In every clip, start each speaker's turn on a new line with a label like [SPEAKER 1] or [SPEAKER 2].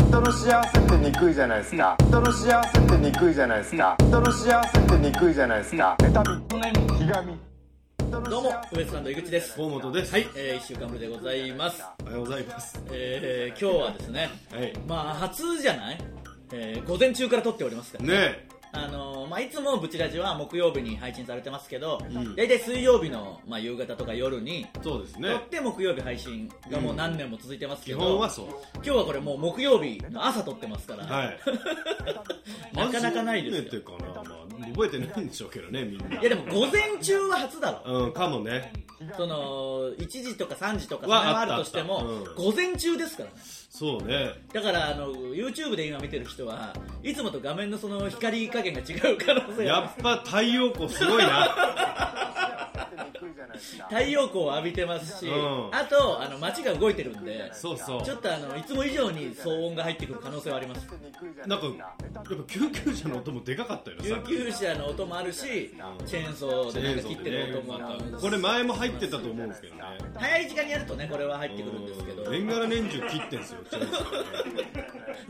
[SPEAKER 1] 人の幸せってにくいじゃないですか人の幸せってにくいじゃないですか人の幸せってにくいじゃないですか妬みひがみ
[SPEAKER 2] どうも、ウエストランド井口です。
[SPEAKER 3] 河本です
[SPEAKER 2] はい、えー、一週間ぶりでございます。
[SPEAKER 3] おはようございます。
[SPEAKER 2] えー、今日はですね、
[SPEAKER 3] はい。
[SPEAKER 2] まあ、初じゃないえー、午前中から撮っておりますから。
[SPEAKER 3] ねえ、
[SPEAKER 2] あのー、まあ、いつもブチラジは木曜日に配信されてますけど、
[SPEAKER 3] ん
[SPEAKER 2] 大体水曜日の、まあ、夕方とか夜に、
[SPEAKER 3] そうです
[SPEAKER 2] 撮
[SPEAKER 3] ね
[SPEAKER 2] っ。て木曜日配信がもう何年も続いてますけ
[SPEAKER 3] 基
[SPEAKER 2] ど、
[SPEAKER 3] 本はそう。
[SPEAKER 2] 今日はこれもう木曜日の朝撮ってますから、
[SPEAKER 3] はい。
[SPEAKER 2] なかなかないです
[SPEAKER 3] 初め
[SPEAKER 2] よ。
[SPEAKER 3] てかな。まあ、覚えてないんでしょうけどね、みんな。
[SPEAKER 2] いやでも午前中は初だろ。
[SPEAKER 3] うん、かもね。
[SPEAKER 2] その1時とか3時とかそれ
[SPEAKER 3] わ
[SPEAKER 2] はある
[SPEAKER 3] あ
[SPEAKER 2] と
[SPEAKER 3] った
[SPEAKER 2] しても、
[SPEAKER 3] あったうん
[SPEAKER 2] 午前中ですからね
[SPEAKER 3] そうね。
[SPEAKER 2] だからあの YouTube で今見てる人はいつもと画面のその光加減が違う可能性があ
[SPEAKER 3] や
[SPEAKER 2] る
[SPEAKER 3] っぱ太陽光すごい な。
[SPEAKER 2] 太陽光を浴びてますし、
[SPEAKER 3] うん
[SPEAKER 2] あとあの街が動いてるんで
[SPEAKER 3] そうそう。
[SPEAKER 2] ちょっとあのいつも以上に騒音が入ってくる可能性はあります
[SPEAKER 3] なんか、やっぱ救急車の音もでかかったよね、さ
[SPEAKER 2] 救
[SPEAKER 3] っき
[SPEAKER 2] 急車の音もあるし、
[SPEAKER 3] うん
[SPEAKER 2] チェーンソーでなんか切ってる音もある
[SPEAKER 3] これ前も入ってたと思うんですけどね。
[SPEAKER 2] 早い時間にやるとねこれは入ってくるんですけど
[SPEAKER 3] うん年がら年中切ってんすよ、チェーンソ ーでね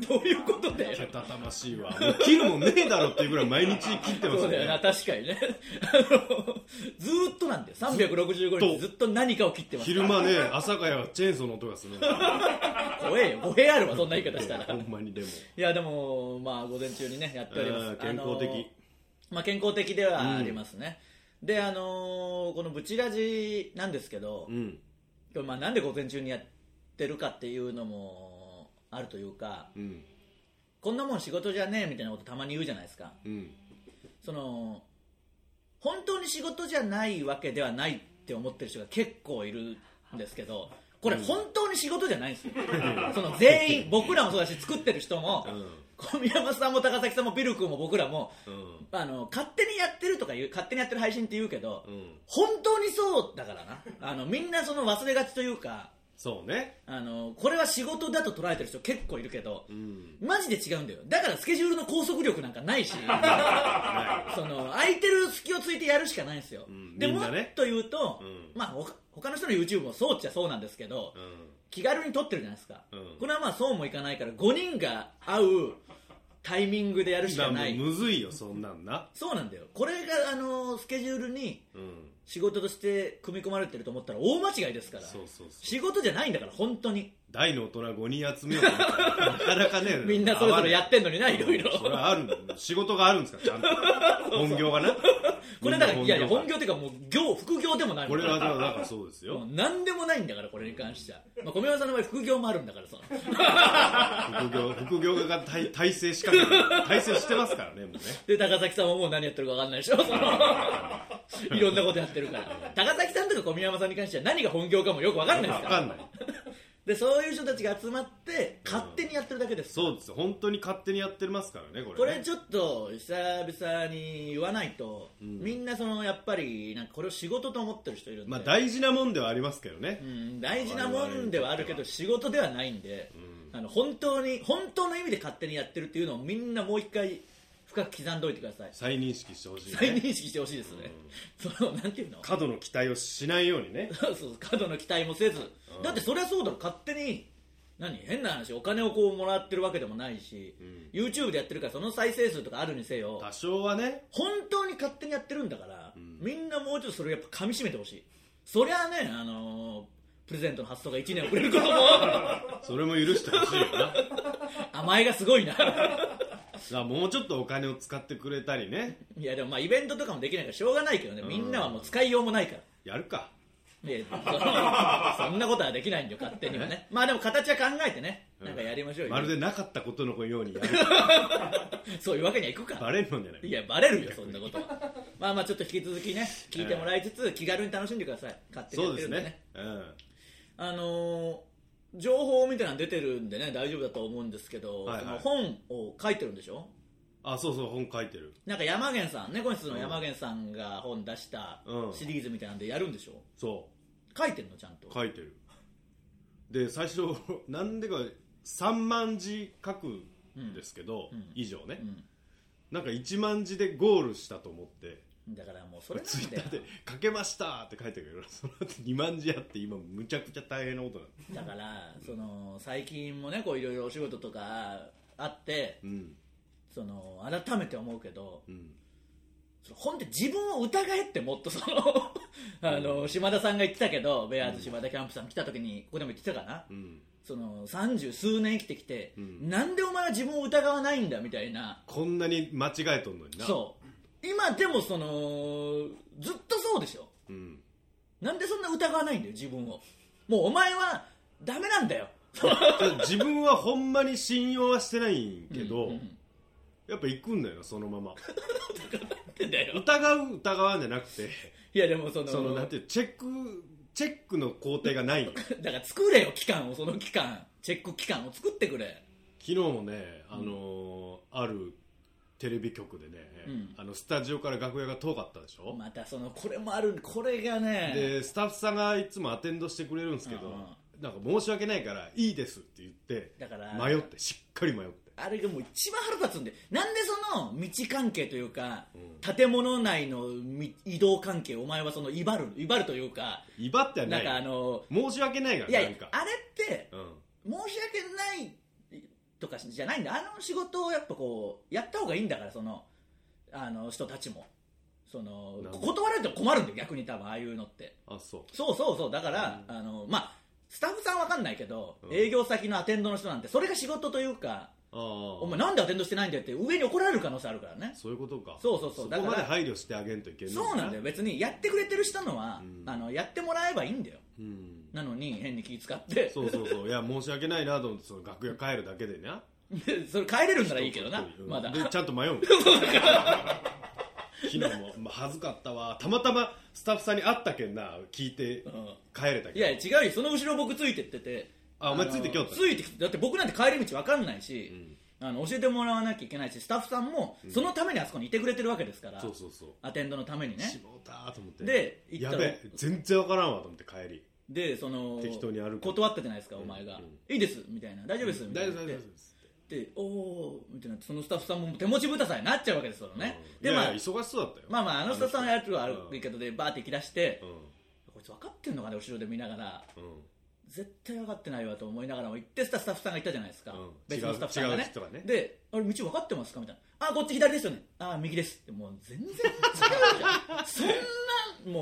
[SPEAKER 2] どういうことだよ
[SPEAKER 3] けたたましいわ。もう切るもんねえだろっていうぐらい毎日切ってま
[SPEAKER 2] そ
[SPEAKER 3] すよ
[SPEAKER 2] うだよな、
[SPEAKER 3] ね。
[SPEAKER 2] 確かにね。あの、ずーっとなんだよ。365日ず
[SPEAKER 3] ず
[SPEAKER 2] っと何かを切ってますか
[SPEAKER 3] 昼
[SPEAKER 2] ら。
[SPEAKER 3] 間ね、朝霞はチェーンソーの音がするんだよ
[SPEAKER 2] 怖えよ。語弊あるわ、そんな言い方したら。
[SPEAKER 3] ほ
[SPEAKER 2] い
[SPEAKER 3] んまにでも。
[SPEAKER 2] や、でも、まあ、午前中にね、やっております。
[SPEAKER 3] あー健康的
[SPEAKER 2] あのーまあ、健康的ではありますね。で、あのーこのブチラジなんですけど
[SPEAKER 3] う、ん。
[SPEAKER 2] 今日まあ、なんで午前中にやってるかっていうのもあるというか、
[SPEAKER 3] うん。
[SPEAKER 2] こんなもん仕事じゃねえみたいなことたまに言うじゃないですか。
[SPEAKER 3] うん。
[SPEAKER 2] その本当に仕事じゃないわけではないって思ってる人が結構いるんですけどこれ本当に仕事じゃないんですよ、その全員僕らもそうだし作ってる人も、
[SPEAKER 3] うん
[SPEAKER 2] 小宮山さんも高崎さんもビル君も僕らも
[SPEAKER 3] うん。
[SPEAKER 2] あの勝手にやってるとか言う勝手にやってる配信って言うけど、
[SPEAKER 3] うん。
[SPEAKER 2] 本当にそうだからなあのみんなその忘れがちというか
[SPEAKER 3] そうね。
[SPEAKER 2] あのこれは仕事だと捉えてる人結構いるけど、
[SPEAKER 3] うん。
[SPEAKER 2] マジで違うんだよだからスケジュールの拘束力なんかない しその空いてる隙をついてやるしかないんですよ、
[SPEAKER 3] ん
[SPEAKER 2] で
[SPEAKER 3] みん
[SPEAKER 2] もっ
[SPEAKER 3] なね
[SPEAKER 2] と言うと、
[SPEAKER 3] うん
[SPEAKER 2] まあほか他の人の YouTube もそうっちゃそうなんですけど、
[SPEAKER 3] うん。
[SPEAKER 2] 気軽に撮ってるじゃないですか、
[SPEAKER 3] うん
[SPEAKER 2] これはまあそうもいかないから5人が会うタイミングでやるしかな
[SPEAKER 3] だもう
[SPEAKER 2] い
[SPEAKER 3] むずいよ、そんなんな。
[SPEAKER 2] そうなんだよこれがあのスケジュールに
[SPEAKER 3] うん。
[SPEAKER 2] 仕事として組み込まれてると思ったら大間違いですから
[SPEAKER 3] そうそうそう。
[SPEAKER 2] 仕事じゃないんだから本当に
[SPEAKER 3] 大の大人5人集めようと思ったらなかなかね、
[SPEAKER 2] みんなそれぞれやってんのにな
[SPEAKER 3] 合わ
[SPEAKER 2] いろいろ
[SPEAKER 3] それはあるんだよ仕事があるんですから、ち ゃんと。本業がな。
[SPEAKER 2] これだからいやいや本
[SPEAKER 3] 業
[SPEAKER 2] 業っていうかもう業副業でもない
[SPEAKER 3] これは、だからそうです
[SPEAKER 2] もう
[SPEAKER 3] よ。
[SPEAKER 2] 何でもないんだからこれに関しては、まあ、小宮山さんの場合副業もあるんだからその
[SPEAKER 3] 副業、副業が体体制しかけてる、体制してますからね、もうね。
[SPEAKER 2] で高崎さんはもう何やってるか分かんないでしょ そのいろんなことやってるから高崎さんとか小宮山さんに関しては何が本業かもよく分かんないです
[SPEAKER 3] わ
[SPEAKER 2] か
[SPEAKER 3] からんない。
[SPEAKER 2] でそういう人たちが集まって勝手にやってるだけです、
[SPEAKER 3] そうですよ。本当に勝手にやってますからね、これね。
[SPEAKER 2] これちょっと久々に言わないと、みんなそのやっぱりなんかこれを仕事と思ってる人いるんで、
[SPEAKER 3] まあ大事なもんではありますけど
[SPEAKER 2] う
[SPEAKER 3] ね。
[SPEAKER 2] ん大事なもんではあるけど仕事ではないんで、あの本当に本当の意味で勝手にやってるっていうのをみんなもう一回深く刻んでおいてください
[SPEAKER 3] 再認識してほしい、ね。
[SPEAKER 2] 再認識してほしいですね、そのなんていうの
[SPEAKER 3] 過度の期待をしないようにね
[SPEAKER 2] そうそう過度の期待もせず、だってそりゃそうだろ勝手に何変な話お金をこうもらってるわけでもないし、YouTube でやってるからその再生数とかあるにせよ
[SPEAKER 3] 多少はね
[SPEAKER 2] 本当に勝手にやってるんだから、みんなもうちょっとそれをやっぱ噛み締めてほしいそりゃあね、あのープレゼントの発送が1年遅れることも
[SPEAKER 3] それも許してほしいよなだか
[SPEAKER 2] 甘えがすごいな
[SPEAKER 3] らもうちょっとお金を使ってくれたりね
[SPEAKER 2] いやでもまあイベントとかもできないからしょうがないけどねみんなはもう使いようもないから
[SPEAKER 3] やるか
[SPEAKER 2] いやそのそんなことはできないんだよ勝手にはねまあでも形は考えてねなんかやりましょうよ、
[SPEAKER 3] まるでなかったことのようにやる
[SPEAKER 2] そういうわけにはいくか
[SPEAKER 3] バレるもんじゃない
[SPEAKER 2] いやバレるよそんなことはまあまあちょっと引き続きね聞いてもらいつつ気軽に楽しんでください勝手にやっ
[SPEAKER 3] そう
[SPEAKER 2] て
[SPEAKER 3] で
[SPEAKER 2] る
[SPEAKER 3] す
[SPEAKER 2] んでね
[SPEAKER 3] ねうん
[SPEAKER 2] あのー情報みたいなの出てるんでね大丈夫だと思うんですけど、
[SPEAKER 3] はいはい
[SPEAKER 2] その本を書いてるんでしょ
[SPEAKER 3] あそうそう本書いてる
[SPEAKER 2] なんか山源さん猫室の山源さんが本出した
[SPEAKER 3] うん
[SPEAKER 2] シリーズみたいなんでやるんでしょ、
[SPEAKER 3] そ
[SPEAKER 2] 書いてんのちゃんと
[SPEAKER 3] う書いてるで最初 なんでか3万字書くんですけど、
[SPEAKER 2] うん
[SPEAKER 3] 以上ね、
[SPEAKER 2] うん
[SPEAKER 3] なんか1万字でゴールしたと思って
[SPEAKER 2] だからもうそれ
[SPEAKER 3] ツイ
[SPEAKER 2] なん
[SPEAKER 3] ッ
[SPEAKER 2] だよ
[SPEAKER 3] ターで「かけました!」って書いてるけど その後2万字やって今むちゃくちゃ大変なことなの
[SPEAKER 2] だからその最近もねこういろいろお仕事とかあって
[SPEAKER 3] うん
[SPEAKER 2] その改めて思うけど
[SPEAKER 3] うん
[SPEAKER 2] その本当に自分を疑えってもっとそのあの島田さんが言ってたけどベアーズ島田キャンプさん来た時にここでも言ってたかな
[SPEAKER 3] うん
[SPEAKER 2] その三十数年生きてきて、
[SPEAKER 3] うん
[SPEAKER 2] なんでお前は自分を疑わないんだみたいな
[SPEAKER 3] こんなに間違えとんのにな
[SPEAKER 2] そう今でもそのずっとそうでしょ
[SPEAKER 3] う、うん、
[SPEAKER 2] なんでそんな疑わないんだよ自分をもうお前はダメなんだよ
[SPEAKER 3] 自分はほんまに信用はしてないんけ
[SPEAKER 2] う
[SPEAKER 3] ど、
[SPEAKER 2] んうん
[SPEAKER 3] やっぱ行くんだよそのまま
[SPEAKER 2] なんだよ
[SPEAKER 3] 疑う疑わんじゃなくて
[SPEAKER 2] いやで もその
[SPEAKER 3] そのなんていうチェックチェックの工程がないの昨
[SPEAKER 2] だから作れよ期間をその期間チェック期間を作ってくれ
[SPEAKER 3] 日もね、あのーあるテレビ局でね、
[SPEAKER 2] うん
[SPEAKER 3] あのスタジオから楽屋が遠かったでしょ、
[SPEAKER 2] またそのこれもあるこれがね
[SPEAKER 3] でスタッフさんがいつもアテンドしてくれるんですけど、
[SPEAKER 2] うん
[SPEAKER 3] なんか申し訳ないから「いいです」って言って
[SPEAKER 2] だから
[SPEAKER 3] 迷ってしっかり迷って
[SPEAKER 2] あれがもう一番腹立つんでなんでその道関係というか、
[SPEAKER 3] う
[SPEAKER 2] 建物内のみ移動関係お前はその威張る威張るというか
[SPEAKER 3] 威張っては
[SPEAKER 2] な
[SPEAKER 3] なんい
[SPEAKER 2] かあの
[SPEAKER 3] 申し訳ないから
[SPEAKER 2] いやい
[SPEAKER 3] なん
[SPEAKER 2] や
[SPEAKER 3] か
[SPEAKER 2] あれって
[SPEAKER 3] うん
[SPEAKER 2] 申し訳ないとかじゃないんだあの仕事をやっぱこうやった方がいいんだからそのあの人たちもその
[SPEAKER 3] なんで
[SPEAKER 2] 断られても困るんだよ逆に多分ああいうのって
[SPEAKER 3] あそう
[SPEAKER 2] そうそうそうだから、あのまあスタッフさんわかんないけど、
[SPEAKER 3] うん
[SPEAKER 2] 営業先のアテンドの人なんてそれが仕事というか
[SPEAKER 3] ああ
[SPEAKER 2] お前なんでアテンドしてないんだよって上に怒られる可能性あるからね
[SPEAKER 3] そういうことか
[SPEAKER 2] そうそうそう
[SPEAKER 3] こ
[SPEAKER 2] だ
[SPEAKER 3] ま
[SPEAKER 2] か
[SPEAKER 3] で
[SPEAKER 2] ら
[SPEAKER 3] 配慮してあげんといけない
[SPEAKER 2] そうなんだよ別にやってくれてる人のは、
[SPEAKER 3] うん
[SPEAKER 2] あのやってもらえばいいんだよ
[SPEAKER 3] うん
[SPEAKER 2] なのに変に気使って
[SPEAKER 3] そうそうそういや申し訳ないなと思ってその楽屋帰るだけでな
[SPEAKER 2] でそれ帰れるんならいいけどな
[SPEAKER 3] うん
[SPEAKER 2] まだ
[SPEAKER 3] でちゃんと迷う昨日も、まあ、恥ずかったわたまたまスタッフさんに会ったけんな聞い
[SPEAKER 2] ん
[SPEAKER 3] て帰れたけど
[SPEAKER 2] いや違うよその後ろ僕ついてってて
[SPEAKER 3] あお前ついてきよった
[SPEAKER 2] ついてきてだって僕なんて帰り道わかんないし、あの教えてもらわなきゃいけないしスタッフさんもそのためにあそこにいてくれてるわけですから、
[SPEAKER 3] そうそうそう
[SPEAKER 2] アテンドのためにね
[SPEAKER 3] しもうたーと思って
[SPEAKER 2] で行っ
[SPEAKER 3] や
[SPEAKER 2] た
[SPEAKER 3] べ
[SPEAKER 2] ら
[SPEAKER 3] え全然わからんわと思って帰り
[SPEAKER 2] でその
[SPEAKER 3] 適当に歩く
[SPEAKER 2] 断ったじゃないですかお前が、
[SPEAKER 3] うん
[SPEAKER 2] いいですみたいな大丈夫ですみたい
[SPEAKER 3] 大
[SPEAKER 2] な
[SPEAKER 3] 丈夫
[SPEAKER 2] 言って
[SPEAKER 3] 大丈夫ですって
[SPEAKER 2] でおおみたいなそのスタッフさんも手持ちぶたさになっちゃうわけですよね、で
[SPEAKER 3] いや
[SPEAKER 2] ま
[SPEAKER 3] い
[SPEAKER 2] あ
[SPEAKER 3] や忙しそうだったよ
[SPEAKER 2] まあまああのスタッフさんがやるとはある
[SPEAKER 3] うん
[SPEAKER 2] けどでバーって行き出して、
[SPEAKER 3] う
[SPEAKER 2] こいつ分かってんのかね後ろで見ながら
[SPEAKER 3] んうん
[SPEAKER 2] 絶対分かってないわと思いながらも行ってスタッフさんが言ったじゃないですか、
[SPEAKER 3] うん
[SPEAKER 2] 別のスタッフさんが
[SPEAKER 3] 違う
[SPEAKER 2] ね
[SPEAKER 3] 人がね
[SPEAKER 2] であれ道分かってますかみたいなあこっち左ですよねあ右ですってもう全然違う じゃんそんな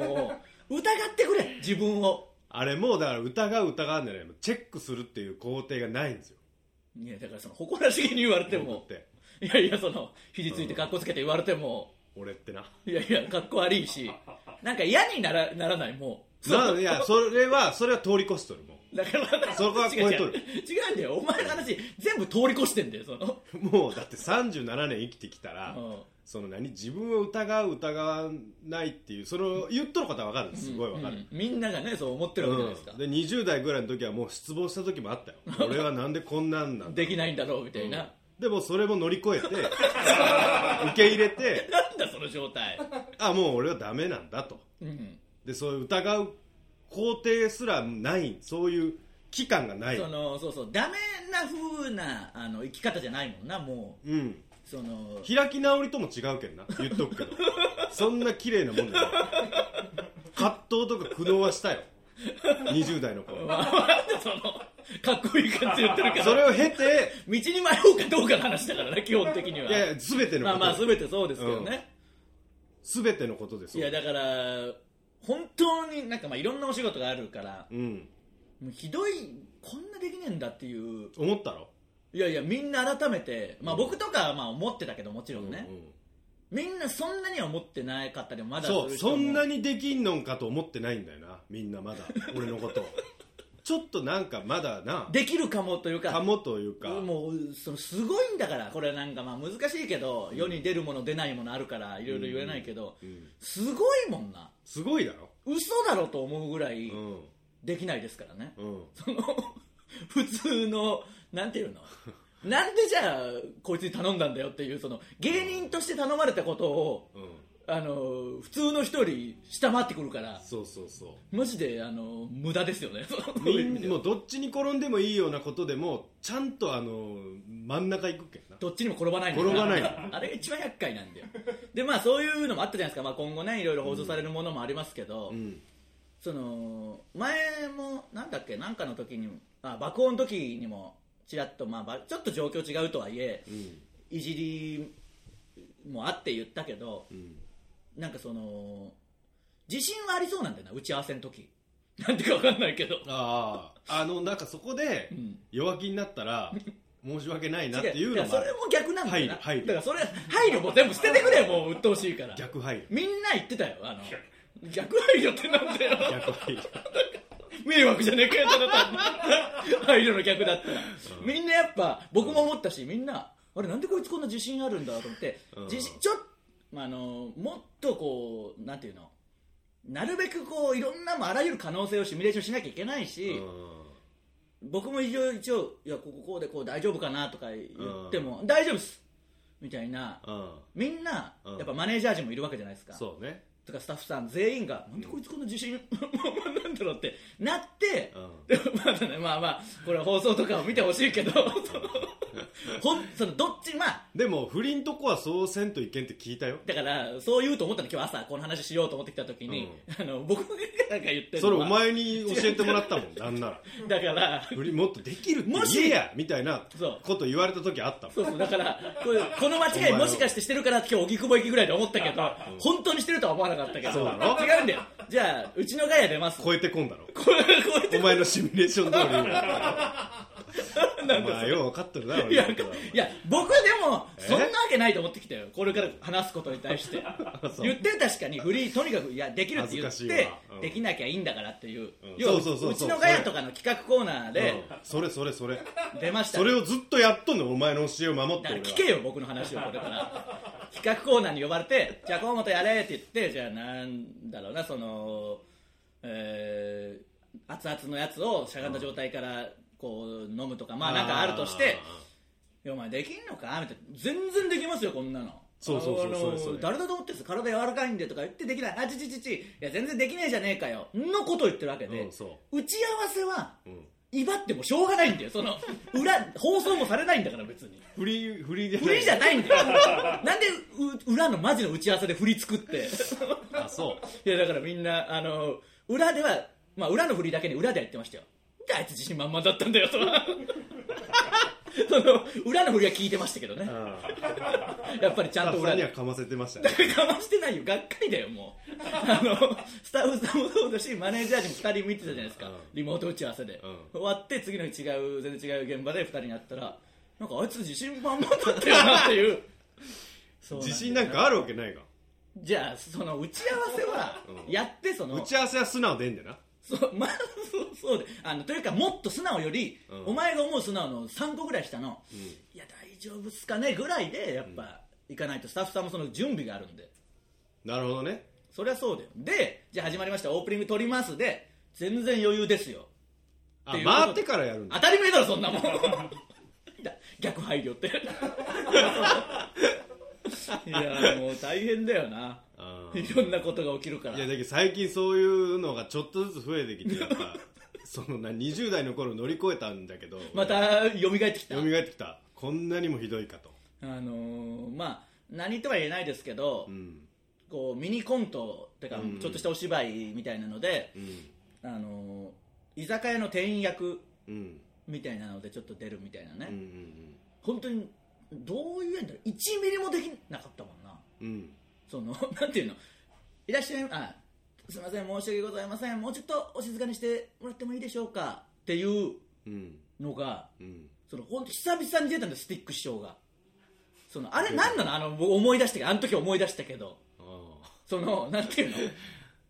[SPEAKER 2] もう疑ってくれ自分を
[SPEAKER 3] あれもうだから疑う疑うんじゃないもうチェックするっていう工程がないんですよ
[SPEAKER 2] いやだからその誇らしげに言われて
[SPEAKER 3] 僕
[SPEAKER 2] も
[SPEAKER 3] って
[SPEAKER 2] いやいやその肘ついて格好つけて言われても、
[SPEAKER 3] 俺ってない
[SPEAKER 2] やいや格好悪いしなんか嫌にならならないもう
[SPEAKER 3] ないやそれはそれは通り越しとるもう
[SPEAKER 2] だから
[SPEAKER 3] そこは超えとる
[SPEAKER 2] 違う違う違うんだよお前の話全部通り越してんだよその
[SPEAKER 3] もうだって37年生きてきたら、
[SPEAKER 2] うん
[SPEAKER 3] その何自分を疑う疑わないっていうその言っとることは分か るすごい分か
[SPEAKER 2] う
[SPEAKER 3] る、
[SPEAKER 2] んみんながねそう思ってるわけじゃないですか、
[SPEAKER 3] うんで20代ぐらいの時はもう失望した時もあったよ俺はなんでこんなんなんだ
[SPEAKER 2] できないんだろうみたいな、
[SPEAKER 3] うんでもそれも乗り越 えて受け入れて
[SPEAKER 2] なんだその状態、
[SPEAKER 3] あもう俺はダメなんだと
[SPEAKER 2] うん、
[SPEAKER 3] でそういう疑う工程すらないそういう期間がない
[SPEAKER 2] そのそうそうダメな風なあの生き方じゃないもんなも
[SPEAKER 3] うん
[SPEAKER 2] うその
[SPEAKER 3] 開き直りとも違うけんな言っとくけどそんな綺麗なもんだよ葛藤とか苦悩はしたよ20代の頃
[SPEAKER 2] まあなんでそのかっこいい感じ言ってるけど
[SPEAKER 3] それを経て
[SPEAKER 2] 道に迷うかどうかの話だからね基本的 にはい
[SPEAKER 3] やいや全ての
[SPEAKER 2] まあ
[SPEAKER 3] こと、
[SPEAKER 2] まあ全てそうですけどね、
[SPEAKER 3] 全てのことです
[SPEAKER 2] い
[SPEAKER 3] よ
[SPEAKER 2] やだから本当になんかまあいろんなお仕事があるから
[SPEAKER 3] うん
[SPEAKER 2] もうひどいこんなできねえんだっていう
[SPEAKER 3] 思ったろ
[SPEAKER 2] いやいやみんな改めて、まあ、僕とかはまあ思ってたけどもちろんね、
[SPEAKER 3] うんうん
[SPEAKER 2] みんなそんなには思ってなかったりもまだ
[SPEAKER 3] そう
[SPEAKER 2] する人も
[SPEAKER 3] そんなにできんのんかと思ってないんだよなみんなまだ俺の ことちょっとなんかまだな
[SPEAKER 2] できるかもというか
[SPEAKER 3] かもというか
[SPEAKER 2] もうそのすごいんだからこれなんかまあ難しいけど、世に出るもの出ないものあるからいろいろ言えないけど、
[SPEAKER 3] うん
[SPEAKER 2] すごいもんな
[SPEAKER 3] すごいだろ
[SPEAKER 2] 嘘だろと思うぐらい
[SPEAKER 3] うん
[SPEAKER 2] できないですからね、
[SPEAKER 3] うん
[SPEAKER 2] その 普通のなんていうのなんでじゃあこいつに頼んだんだよっていうその芸人として頼まれたことを
[SPEAKER 3] うん
[SPEAKER 2] あの普通の人より下回ってくるから
[SPEAKER 3] そうそうそ
[SPEAKER 2] マジであの無駄ですよね
[SPEAKER 3] うみんもうどっちに転んでもいいようなことでもちゃんとあの真ん中行くけんな
[SPEAKER 2] どっちにも転ばないんだよ
[SPEAKER 3] 転ばない
[SPEAKER 2] あれが一番厄介なんだよでまあそういうのもあったじゃないですか、まあ、今後ねいろいろ放送されるものもありますけど、
[SPEAKER 3] うん
[SPEAKER 2] その前もなんだっけなんかの時にもあ爆音の時にもちらっと、まあば、ちょっと状況違うとはいえ
[SPEAKER 3] うん
[SPEAKER 2] いじりもあって言ったけど
[SPEAKER 3] うん
[SPEAKER 2] なんかその自信はありそうなんだよな打ち合わせの時なんてかわかんないけど、
[SPEAKER 3] あああのなんかそこで
[SPEAKER 2] うん、
[SPEAKER 3] 弱気になっ たら申し訳ないなってい
[SPEAKER 2] 違
[SPEAKER 3] う
[SPEAKER 2] だ
[SPEAKER 3] の
[SPEAKER 2] か
[SPEAKER 3] も
[SPEAKER 2] ら
[SPEAKER 3] あ
[SPEAKER 2] それ
[SPEAKER 3] る
[SPEAKER 2] も逆なんだよな、
[SPEAKER 3] 配慮配
[SPEAKER 2] だ
[SPEAKER 3] 慮
[SPEAKER 2] からそれ配慮も全部捨ててくれよもう鬱陶しいから
[SPEAKER 3] 逆配
[SPEAKER 2] みんな言ってたよあの逆配慮ってなんだよ
[SPEAKER 3] 慮逆配慮
[SPEAKER 2] 迷惑じゃねえかよただ単に配慮の逆だったらみんなやっぱ僕も思ったしみんなあれなんでこいつこんな自信あるんだと思って
[SPEAKER 3] うん
[SPEAKER 2] 自信ちょっまああのもっとこうなんていうのなるべくこういろんなもあらゆる可能性をシミュレーションしなきゃいけないし、僕も一応一応いやこここうでこう大丈夫かなとか言っても、大丈夫っすみたいな
[SPEAKER 3] うんうん
[SPEAKER 2] みんな
[SPEAKER 3] うん
[SPEAKER 2] やっぱマネージャー陣もいるわけじゃないですか
[SPEAKER 3] そうね
[SPEAKER 2] とかスタッフさん全員がなんでこいつこんな自信 なんだろうってなって
[SPEAKER 3] う、ん
[SPEAKER 2] でもまだねまあまあこれは放送とかを見てほしいけどそのほんそのどっちまあ
[SPEAKER 3] でも不倫とこはそうせんといけんって聞いたよ
[SPEAKER 2] だからそう言うと思ったの今日朝この話しようと思ってきた時に、あの僕がなんか言ってる
[SPEAKER 3] そ
[SPEAKER 2] の
[SPEAKER 3] れお
[SPEAKER 2] は
[SPEAKER 3] 前に教えてもら ったもんなんなら
[SPEAKER 2] だから
[SPEAKER 3] 不倫もっとできるって
[SPEAKER 2] もし
[SPEAKER 3] 言えやみたいな
[SPEAKER 2] そう
[SPEAKER 3] こと言われた時あったもん
[SPEAKER 2] そうそうだからこれこの間違いもしかしてしてるからって今日荻窪行きぐらいで思ったけど、本当にしてるとは思わなかったけど
[SPEAKER 3] そうだろ
[SPEAKER 2] 違うんだよじゃあうちのガヤ出ます
[SPEAKER 3] 超えてこんだろ
[SPEAKER 2] これこれ
[SPEAKER 3] お前のシミュレーション通り にお前よう分かってるな俺
[SPEAKER 2] いや
[SPEAKER 3] の
[SPEAKER 2] い
[SPEAKER 3] ことは
[SPEAKER 2] や僕でもそんなわけないと思ってきたよこれから話すことに対して
[SPEAKER 3] そう
[SPEAKER 2] 言って確かにフリーとにかくいやできるって言っ
[SPEAKER 3] 恥ずかし
[SPEAKER 2] て
[SPEAKER 3] いわ、うん
[SPEAKER 2] できなきゃいいんだからっていう、
[SPEAKER 3] うん
[SPEAKER 2] 要は
[SPEAKER 3] そうそうそうそ
[SPEAKER 2] ち
[SPEAKER 3] う
[SPEAKER 2] のガヤとかの企画コーナーで
[SPEAKER 3] うんそれそれそれ
[SPEAKER 2] 出ました
[SPEAKER 3] それをずっとやっとんのお前の教えを守っ
[SPEAKER 2] だ
[SPEAKER 3] て
[SPEAKER 2] から聞
[SPEAKER 3] 俺は
[SPEAKER 2] けよ僕の話をこれから企画コーナーに呼ばれてじゃあ河本やれって言ってじゃあなんだろうなそのえー熱々のやつをしゃがんだ状態からこう飲むとかまあなんかあるとして
[SPEAKER 3] あ
[SPEAKER 2] い
[SPEAKER 3] ー
[SPEAKER 2] やお前できんのかみたいな全然できますよこんなの
[SPEAKER 3] そうそうそう
[SPEAKER 2] あの
[SPEAKER 3] そうそう
[SPEAKER 2] 誰だと思ってるんです体柔らかいんでとか言ってできないあちちちちいや全然できねえじゃねえかよのことを言ってるわけで、
[SPEAKER 3] うんそ
[SPEAKER 2] 打ち合わせは
[SPEAKER 3] う、うん
[SPEAKER 2] 威張ってもしょうがないんだよそ の裏放送もされないんだから別に
[SPEAKER 3] フリーフリーじゃない
[SPEAKER 2] 振りじゃないん だよなんでう裏のマジの打ち合わせで振り作って
[SPEAKER 3] あそう
[SPEAKER 2] いやだからみんなあの裏ではまあ裏の振りだけに裏では言ってましたよであいつ自信満々だったん だよとその裏の振りは聞いてましたけどね
[SPEAKER 3] うん
[SPEAKER 2] やっぱりち
[SPEAKER 3] ス
[SPEAKER 2] ゃ
[SPEAKER 3] タ
[SPEAKER 2] ん
[SPEAKER 3] ッ
[SPEAKER 2] と
[SPEAKER 3] フさ
[SPEAKER 2] 裏
[SPEAKER 3] んには
[SPEAKER 2] で。
[SPEAKER 3] かませてましたね
[SPEAKER 2] かましてないよ、がっかりだよ、もう。 あの、スタッフさんもそうだし、マネージャー陣も2人見てたじゃないですか
[SPEAKER 3] うん、
[SPEAKER 2] リモート打ち合わせで。
[SPEAKER 3] うん
[SPEAKER 2] 終わって、次の日違う、全然違う現場で2人に会ったら、なんかあいつ自信満々だったよなっていう。 そうだ
[SPEAKER 3] 自信なんかあるわけないが
[SPEAKER 2] じゃあ、その打ち合わせは、
[SPEAKER 3] うん
[SPEAKER 2] やって、その、
[SPEAKER 3] 打ち合わせは素直でええんだよな
[SPEAKER 2] そう、まあ、そう、そうで、あの、というか、もっと素直より、
[SPEAKER 3] うん
[SPEAKER 2] お前が思う素直の3個ぐらい下の、
[SPEAKER 3] うん
[SPEAKER 2] いや、大丈夫っすかねぐらいで、やっぱ、行かないと、スタッフさんもその準備があるんで。
[SPEAKER 3] なるほどね
[SPEAKER 2] そりゃそうだよでじゃあ始まりましたオープニング撮りますで全然余裕ですよっ
[SPEAKER 3] あ
[SPEAKER 2] ていうこと
[SPEAKER 3] 回ってからやるんだ
[SPEAKER 2] 当たり前だろそんな もんだ逆配慮って いやもう大変だよな
[SPEAKER 3] あー
[SPEAKER 2] いろんなことが起きるから
[SPEAKER 3] いやだけど最近そういうのがちょっとずつ増えてきてやっ ぱそのな20代の頃乗り越えたんだけど
[SPEAKER 2] また蘇ってきた
[SPEAKER 3] 蘇ってきたこんなにもひどいかと、
[SPEAKER 2] あのーまあ何とは言えないですけど、
[SPEAKER 3] うん
[SPEAKER 2] こうミニコントってか、
[SPEAKER 3] うん
[SPEAKER 2] ちょっとしたお芝居みたいなので、
[SPEAKER 3] うん
[SPEAKER 2] あのー居酒屋の店員役
[SPEAKER 3] うん
[SPEAKER 2] みたいなのでちょっと出るみたいなね、
[SPEAKER 3] うんうん
[SPEAKER 2] 本当にどう言えんだろう1ミリもできなかったもんな
[SPEAKER 3] うん
[SPEAKER 2] その なんていうのいらっしゃいあすいません申し訳ございませんもうちょっとお静かにしてもらってもいいでしょうかっていう
[SPEAKER 3] うん
[SPEAKER 2] のが
[SPEAKER 3] うん
[SPEAKER 2] その本当久々に出たんだよスティック師匠がそのあれ何なのあの僕思い出したけどあの時思い出したけど
[SPEAKER 3] あ
[SPEAKER 2] そのなんていうの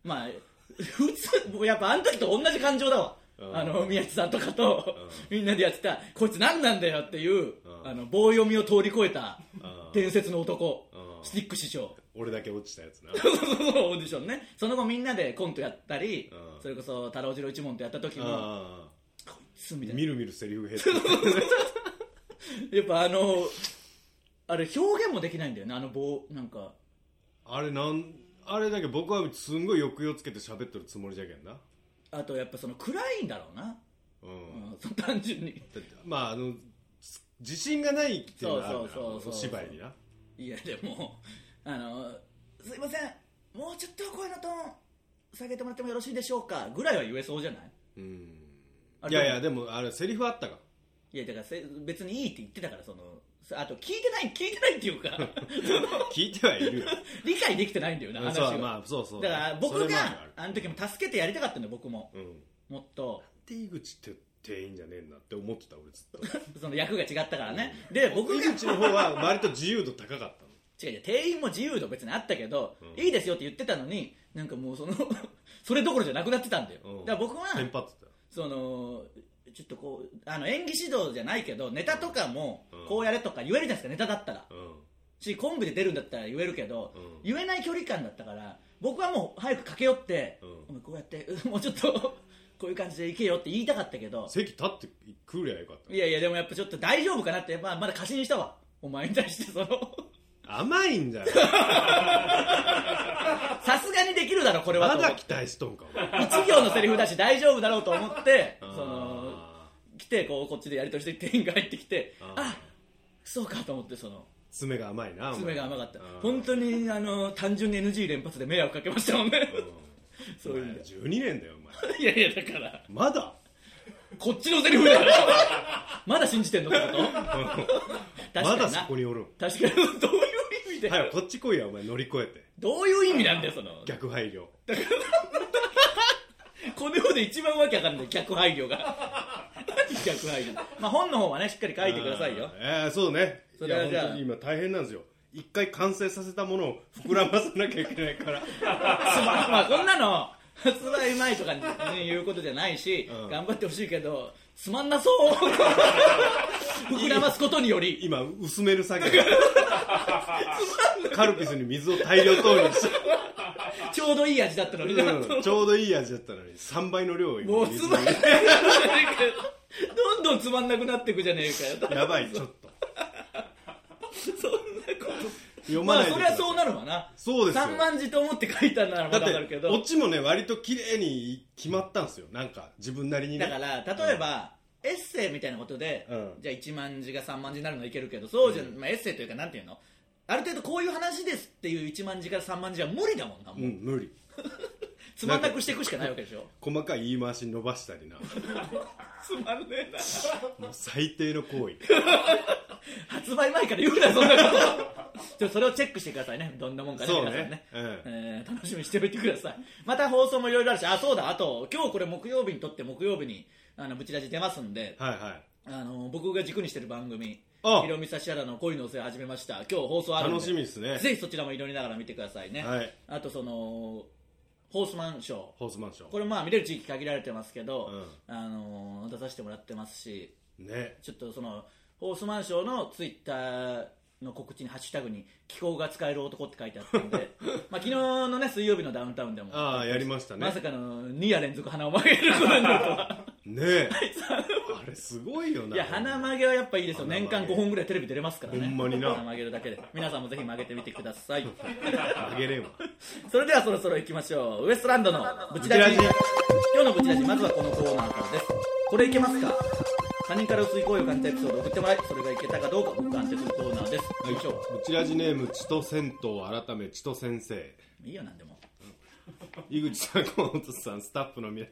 [SPEAKER 2] まあ普通僕やっぱあの時と同じ感情だわ
[SPEAKER 3] うん
[SPEAKER 2] あの宮地さんとかとみんなでやってたこいつ何なんだよっていう
[SPEAKER 3] うん
[SPEAKER 2] あの棒読みを通り越えた
[SPEAKER 3] ーあー
[SPEAKER 2] 伝説の男
[SPEAKER 3] うん
[SPEAKER 2] スティック師匠
[SPEAKER 3] 俺だけ落ちたやつな
[SPEAKER 2] オーディションねその後みんなでコントやったり
[SPEAKER 3] うん
[SPEAKER 2] それこそ太郎次郎一門とやった時も
[SPEAKER 3] あ
[SPEAKER 2] こいつみた
[SPEAKER 3] ー
[SPEAKER 2] いな
[SPEAKER 3] みるみるセリフ減って
[SPEAKER 2] やっぱあのあれ表現もできないんだよねあの棒なんか
[SPEAKER 3] あれなんあれだけど僕はすんごい抑揚つけて喋ってるつもりじゃけんな、
[SPEAKER 2] あとやっぱその暗いんだろうな、
[SPEAKER 3] うん
[SPEAKER 2] うん、その単純に
[SPEAKER 3] だってまああのす自信がないっていうのがあるな
[SPEAKER 2] そうそうそうそう
[SPEAKER 3] お芝居にない
[SPEAKER 2] やでもあのすいませんもうちょっと声のトーン下げてもらってもよろしいでしょうかぐらいは言えそうじゃない
[SPEAKER 3] うん
[SPEAKER 2] あ
[SPEAKER 3] いやいやでもあれセリフあった か
[SPEAKER 2] いやだからせ別にいいって言ってたからそのさあと聞いてない聞いてないっていう か
[SPEAKER 3] 聞いてはいるよ
[SPEAKER 2] 理解できてないんだよな話
[SPEAKER 3] そう
[SPEAKER 2] が、
[SPEAKER 3] まあそうそう
[SPEAKER 2] だから僕
[SPEAKER 3] それもある
[SPEAKER 2] があの時も助けてやりたかったんだよ僕も
[SPEAKER 3] あるうん
[SPEAKER 2] もっと
[SPEAKER 3] で井口って店員じゃねえんだって思ってた俺ずっ と
[SPEAKER 2] その役が違ったからね、で僕が
[SPEAKER 3] 井口の方は割と自由度高かったの
[SPEAKER 2] 違う違う店員も自由度別にあったけど、
[SPEAKER 3] うん
[SPEAKER 2] いいですよって言ってたのになんかもうその それどころじゃなくなってたんだよ、
[SPEAKER 3] うん
[SPEAKER 2] だから僕は
[SPEAKER 3] テンパってたよ
[SPEAKER 2] そのちょっとこうあの演技指導じゃないけどネタとかも
[SPEAKER 3] うん
[SPEAKER 2] こうやれとか言えるじゃないですかネタだったら
[SPEAKER 3] うん
[SPEAKER 2] しコンビで出るんだったら言えるけど、
[SPEAKER 3] うん
[SPEAKER 2] 言えない距離感だったから僕はもう早く駆け寄って、
[SPEAKER 3] うん
[SPEAKER 2] お前こうやって うんもうちょっとこういう感じでいけよって言いたかったけど
[SPEAKER 3] 席立ってくりゃよか った
[SPEAKER 2] いやいやでもやっぱちょっと大丈夫かなって、まあ、まだ過信したわお前に対して その
[SPEAKER 3] 甘いんだよ
[SPEAKER 2] さすがにできるだろこれは
[SPEAKER 3] ま
[SPEAKER 2] と思っ
[SPEAKER 3] だ
[SPEAKER 2] て
[SPEAKER 3] 期待しとんかお前
[SPEAKER 2] 一行のセリフだし大丈夫だろうと思 ってその
[SPEAKER 3] あー
[SPEAKER 2] 来てこうこっちでやり取りして店員が入ってきて
[SPEAKER 3] あー
[SPEAKER 2] あそうかと思ってその
[SPEAKER 3] 爪が甘いなお前
[SPEAKER 2] 爪が甘かった
[SPEAKER 3] あー
[SPEAKER 2] 本当にあの単純に NG 連発で迷惑かけましたもんね
[SPEAKER 3] うん
[SPEAKER 2] そういう意味で
[SPEAKER 3] お前12年だよお前
[SPEAKER 2] いやいやだから
[SPEAKER 3] まだ
[SPEAKER 2] こっちのセリフだよ まだ信じてんのってこと確か
[SPEAKER 3] ま
[SPEAKER 2] にな
[SPEAKER 3] だそこにおるん
[SPEAKER 2] 確かにどういう意味で、
[SPEAKER 3] はいこっち来いやお前乗り越え て
[SPEAKER 2] どういう意味なんだよその
[SPEAKER 3] 逆配慮
[SPEAKER 2] この世で一番わけわかんない逆配慮が何逆配慮まあ本の方はねしっかり書いてくださいよ
[SPEAKER 3] あーえーそうね
[SPEAKER 2] そ
[SPEAKER 3] い
[SPEAKER 2] れ
[SPEAKER 3] や
[SPEAKER 2] は
[SPEAKER 3] 本
[SPEAKER 2] じゃあ
[SPEAKER 3] 当に今大変なんですよ一回完成させたものを膨らまさなきゃいけないから
[SPEAKER 2] つままあこんなの発売前とかに、ね、言うことじゃないし、
[SPEAKER 3] うん
[SPEAKER 2] 頑張ってほしいけどつまんなそう 膨らますことにより
[SPEAKER 3] 今薄める 作業カルピスに水を大量投入 して、
[SPEAKER 2] ちょうどいい味だったのに、
[SPEAKER 3] うんちょうどいい味だったのに3倍の量を
[SPEAKER 2] も
[SPEAKER 3] 今
[SPEAKER 2] うつ
[SPEAKER 3] 水
[SPEAKER 2] まん
[SPEAKER 3] に
[SPEAKER 2] なくなるどんどんつまんなくなっていくじゃねえかよ
[SPEAKER 3] やばいちょっと
[SPEAKER 2] そんなこと
[SPEAKER 3] 読
[SPEAKER 2] ま
[SPEAKER 3] まな
[SPEAKER 2] あ
[SPEAKER 3] いで
[SPEAKER 2] そ
[SPEAKER 3] く
[SPEAKER 2] れ
[SPEAKER 3] だ
[SPEAKER 2] は
[SPEAKER 3] さい
[SPEAKER 2] そうなるわな
[SPEAKER 3] そうですよ
[SPEAKER 2] 3万字と思って書いたならま
[SPEAKER 3] だ
[SPEAKER 2] だ
[SPEAKER 3] っ
[SPEAKER 2] わかる
[SPEAKER 3] て
[SPEAKER 2] け
[SPEAKER 3] オ
[SPEAKER 2] ど
[SPEAKER 3] チもね割と綺麗に決まったんですよなんか自分なりにね
[SPEAKER 2] だから例えば、エッセイみたいなことで、
[SPEAKER 3] うん
[SPEAKER 2] じゃあ1万字が3万字になるのはいけるけどそうじゃ、んまあ、エッセイというかなんていうのある程度こういう話ですっていう1万字から3万字は無理だもんなも
[SPEAKER 3] う
[SPEAKER 2] う、
[SPEAKER 3] ん無理
[SPEAKER 2] つまんなくしていくしかないわけでしょ
[SPEAKER 3] 細かい言い回し伸ばしたりな
[SPEAKER 2] つまんねえな
[SPEAKER 3] もう最低の行為
[SPEAKER 2] 発売前から言うなそんなことちょっとそれ をチェックしてくださいねどんなもんかね
[SPEAKER 3] そうね
[SPEAKER 2] 皆さんね、
[SPEAKER 3] うん
[SPEAKER 2] えー楽しみにしてみてくださいまた放送もいろいろあるしあそうだあと今日これ木曜日にとって木曜日にあのブチラジ出ますんで、
[SPEAKER 3] はいはい
[SPEAKER 2] あの僕が軸にしてる番組「
[SPEAKER 3] あ
[SPEAKER 2] ヒロミサシアラの恋のお世話」始めました今日放送あるんで
[SPEAKER 3] 楽しみですね
[SPEAKER 2] ぜひそちらも祈りながら見てくださいね、
[SPEAKER 3] はい
[SPEAKER 2] あとそのホースマンショー
[SPEAKER 3] ホースマンショ
[SPEAKER 2] これまあ見れる地域限られてますけど、
[SPEAKER 3] う
[SPEAKER 2] あの出させてもらってますし
[SPEAKER 3] ンね
[SPEAKER 2] ちょっとそのホースマンショーのツイッターの告知にハッシュタグに「気候が使える男」って書いてあったん でまあ昨日のね水曜日のダウンタウンでも
[SPEAKER 3] ああやりましたね
[SPEAKER 2] まさかの2夜連続鼻を曲げることになるとは
[SPEAKER 3] ねえあれすごいよ ない
[SPEAKER 2] や鼻曲げはやっぱいいですよ
[SPEAKER 3] 鼻
[SPEAKER 2] 年
[SPEAKER 3] 曲げ
[SPEAKER 2] 間5本ぐらいテレビ出れますからね
[SPEAKER 3] ほんまにな
[SPEAKER 2] 鼻曲げるだけで皆さんもぜひ曲げてみてください
[SPEAKER 3] 曲げれんわ
[SPEAKER 2] それではそろそろ行きましょうウエストランドのブチラ
[SPEAKER 3] チラ
[SPEAKER 2] ジ
[SPEAKER 3] ジ
[SPEAKER 2] 今日のブチラジまずはこのコーナーからですこれいけますか他人から薄い声を感じたエピソードを送ってもらいそれがいけたかどうか僕が判定するコーナーです、
[SPEAKER 3] はい
[SPEAKER 2] 以上
[SPEAKER 3] ブチラジネーム千と銭湯改め千と先生
[SPEAKER 2] いいよなんでも
[SPEAKER 3] 井口さん河本さんスタッフの皆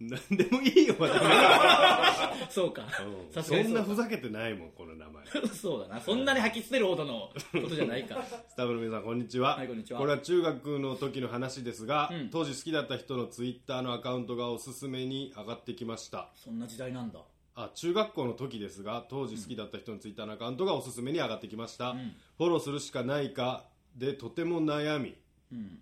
[SPEAKER 3] 何でもいいよまだ
[SPEAKER 2] そうか
[SPEAKER 3] うん
[SPEAKER 2] さす
[SPEAKER 3] そ
[SPEAKER 2] がに
[SPEAKER 3] ん
[SPEAKER 2] そ
[SPEAKER 3] な
[SPEAKER 2] う
[SPEAKER 3] ふざけてないもんこの名 前
[SPEAKER 2] だそうだなそんなに吐き捨てるほどのことじゃないか
[SPEAKER 3] スタッフの皆さんこんにちは,、
[SPEAKER 2] はいこんにちは
[SPEAKER 3] れは中学の時の話ですが、
[SPEAKER 2] うん
[SPEAKER 3] 当時好きだった人のツイッターのアカウントがおすすめに上がってきました
[SPEAKER 2] そんな時代なんだ
[SPEAKER 3] あ中学校の時ですが当時好きだった人のツイッターのアカウントがおすすめに上がってきました、
[SPEAKER 2] ん
[SPEAKER 3] フォローするしかないかでとても悩み
[SPEAKER 2] うん